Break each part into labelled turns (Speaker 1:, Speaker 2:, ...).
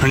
Speaker 1: I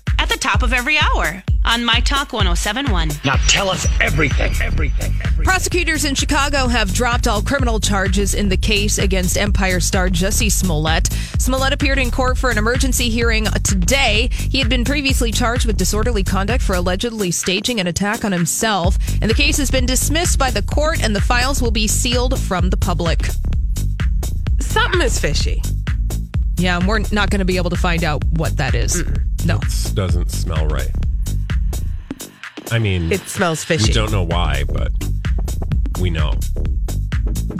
Speaker 2: at the top of every hour on My Talk 1071.
Speaker 3: Now tell us everything, everything, everything.
Speaker 4: Prosecutors in Chicago have dropped all criminal charges in the case against Empire star Jesse Smollett. Smollett appeared in court for an emergency hearing today. He had been previously charged with disorderly conduct for allegedly staging an attack on himself, and the case has been dismissed by the court and the files will be sealed from the public.
Speaker 5: Something is fishy.
Speaker 4: Yeah, and we're not going to be able to find out what that is. No.
Speaker 6: Doesn't smell right. I mean,
Speaker 5: It smells
Speaker 6: we
Speaker 5: fishy.
Speaker 6: don't know why, but we know.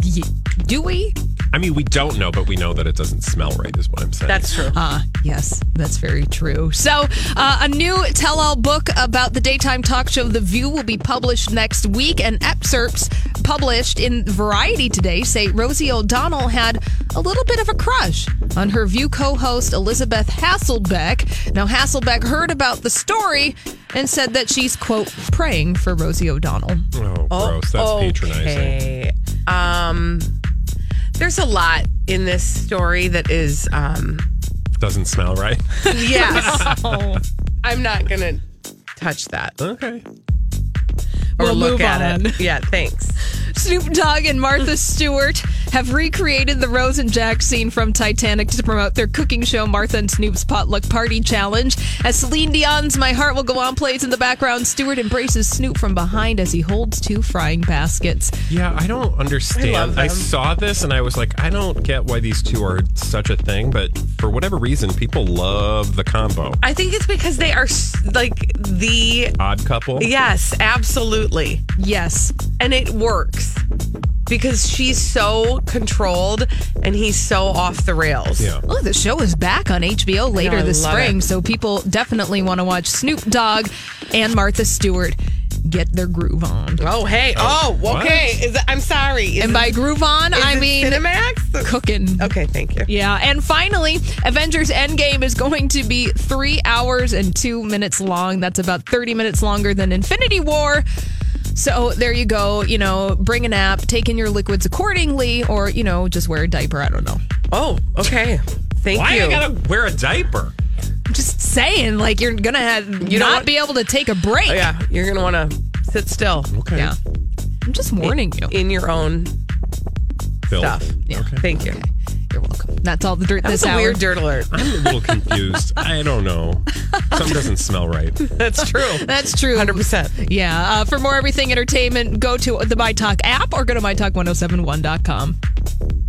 Speaker 4: Y- Do we?
Speaker 6: I mean, we don't know, but we know that it doesn't smell right, is what I'm saying.
Speaker 5: That's true.
Speaker 4: Ah, yes, that's very true. So, uh, a new tell all book about the daytime talk show The View will be published next week, and excerpts published in Variety today say Rosie O'Donnell had a little bit of a crush on her View co host Elizabeth Hasselbeck. Now, Hasselbeck heard about the story and said that she's, quote, praying for Rosie O'Donnell.
Speaker 6: oh, gross. That's patronizing.
Speaker 5: Okay. Um, there's a lot in this story that is, um,
Speaker 6: Doesn't smell right.
Speaker 5: yes. I'm not gonna touch that or
Speaker 6: Okay.
Speaker 4: We'll
Speaker 5: look
Speaker 4: move
Speaker 5: at
Speaker 4: on.
Speaker 5: it. Yeah, thanks.
Speaker 4: Snoop Dogg and Martha Stewart have recreated the Rose and Jack scene from Titanic to promote their cooking show, Martha and Snoop's Potluck Party Challenge. As Celine Dion's My Heart Will Go On plays in the background, Stewart embraces Snoop from behind as he holds two frying baskets.
Speaker 6: Yeah, I don't understand. I, saw this and I was like, I don't get why these two are such a thing, but for whatever reason, people love the combo.
Speaker 5: I think it's because they are s- like the
Speaker 6: Odd couple.
Speaker 5: yes, absolutely,
Speaker 4: Yes.
Speaker 5: and it works because she's so controlled and he's so off the rails.
Speaker 6: Yeah.
Speaker 4: Well, the show is back on HBO later
Speaker 5: I
Speaker 4: this
Speaker 5: love
Speaker 4: spring,
Speaker 5: it.
Speaker 4: so people definitely want to watch Snoop Dogg and Martha Stewart get their groove on.
Speaker 5: Oh hey. Oh,
Speaker 6: what?
Speaker 5: okay. Is it, I'm sorry. Is
Speaker 4: And
Speaker 5: it-
Speaker 4: by groove on,
Speaker 5: is
Speaker 4: I
Speaker 5: it
Speaker 4: mean
Speaker 5: Cinemax.
Speaker 4: cooking.
Speaker 5: Okay, thank you.
Speaker 4: Yeah, and finally, Avengers Endgame is going to be three hours and two minutes long. That's about 30 minutes longer than Infinity War. So there you go. You know, bring a nap, take in your liquids accordingly, or, you know, just wear a diaper. I don't know.
Speaker 5: Oh, okay. Thank
Speaker 6: Why
Speaker 5: you.
Speaker 6: I gotta wear a diaper?
Speaker 4: I'm just saying, like, you're going to have
Speaker 5: You know
Speaker 4: not
Speaker 5: what?
Speaker 4: be able to take a break.
Speaker 5: Oh, yeah, you're gonna want to sit still
Speaker 6: Okay.
Speaker 4: Yeah. I'm just warning you.
Speaker 5: in your own
Speaker 6: Phil,
Speaker 5: stuff. Yeah. Thank you.
Speaker 4: You're welcome. That's all the dirt
Speaker 5: That
Speaker 4: this
Speaker 5: was a
Speaker 4: hour.
Speaker 5: weird dirt alert.
Speaker 6: I'm a little confused. I don't know. Something doesn't smell right.
Speaker 5: That's true.
Speaker 4: That's true.
Speaker 5: 100%.
Speaker 4: Yeah. oh Uh, for more everything entertainment, go to the MyTalk app or go to MyTalk1071.com.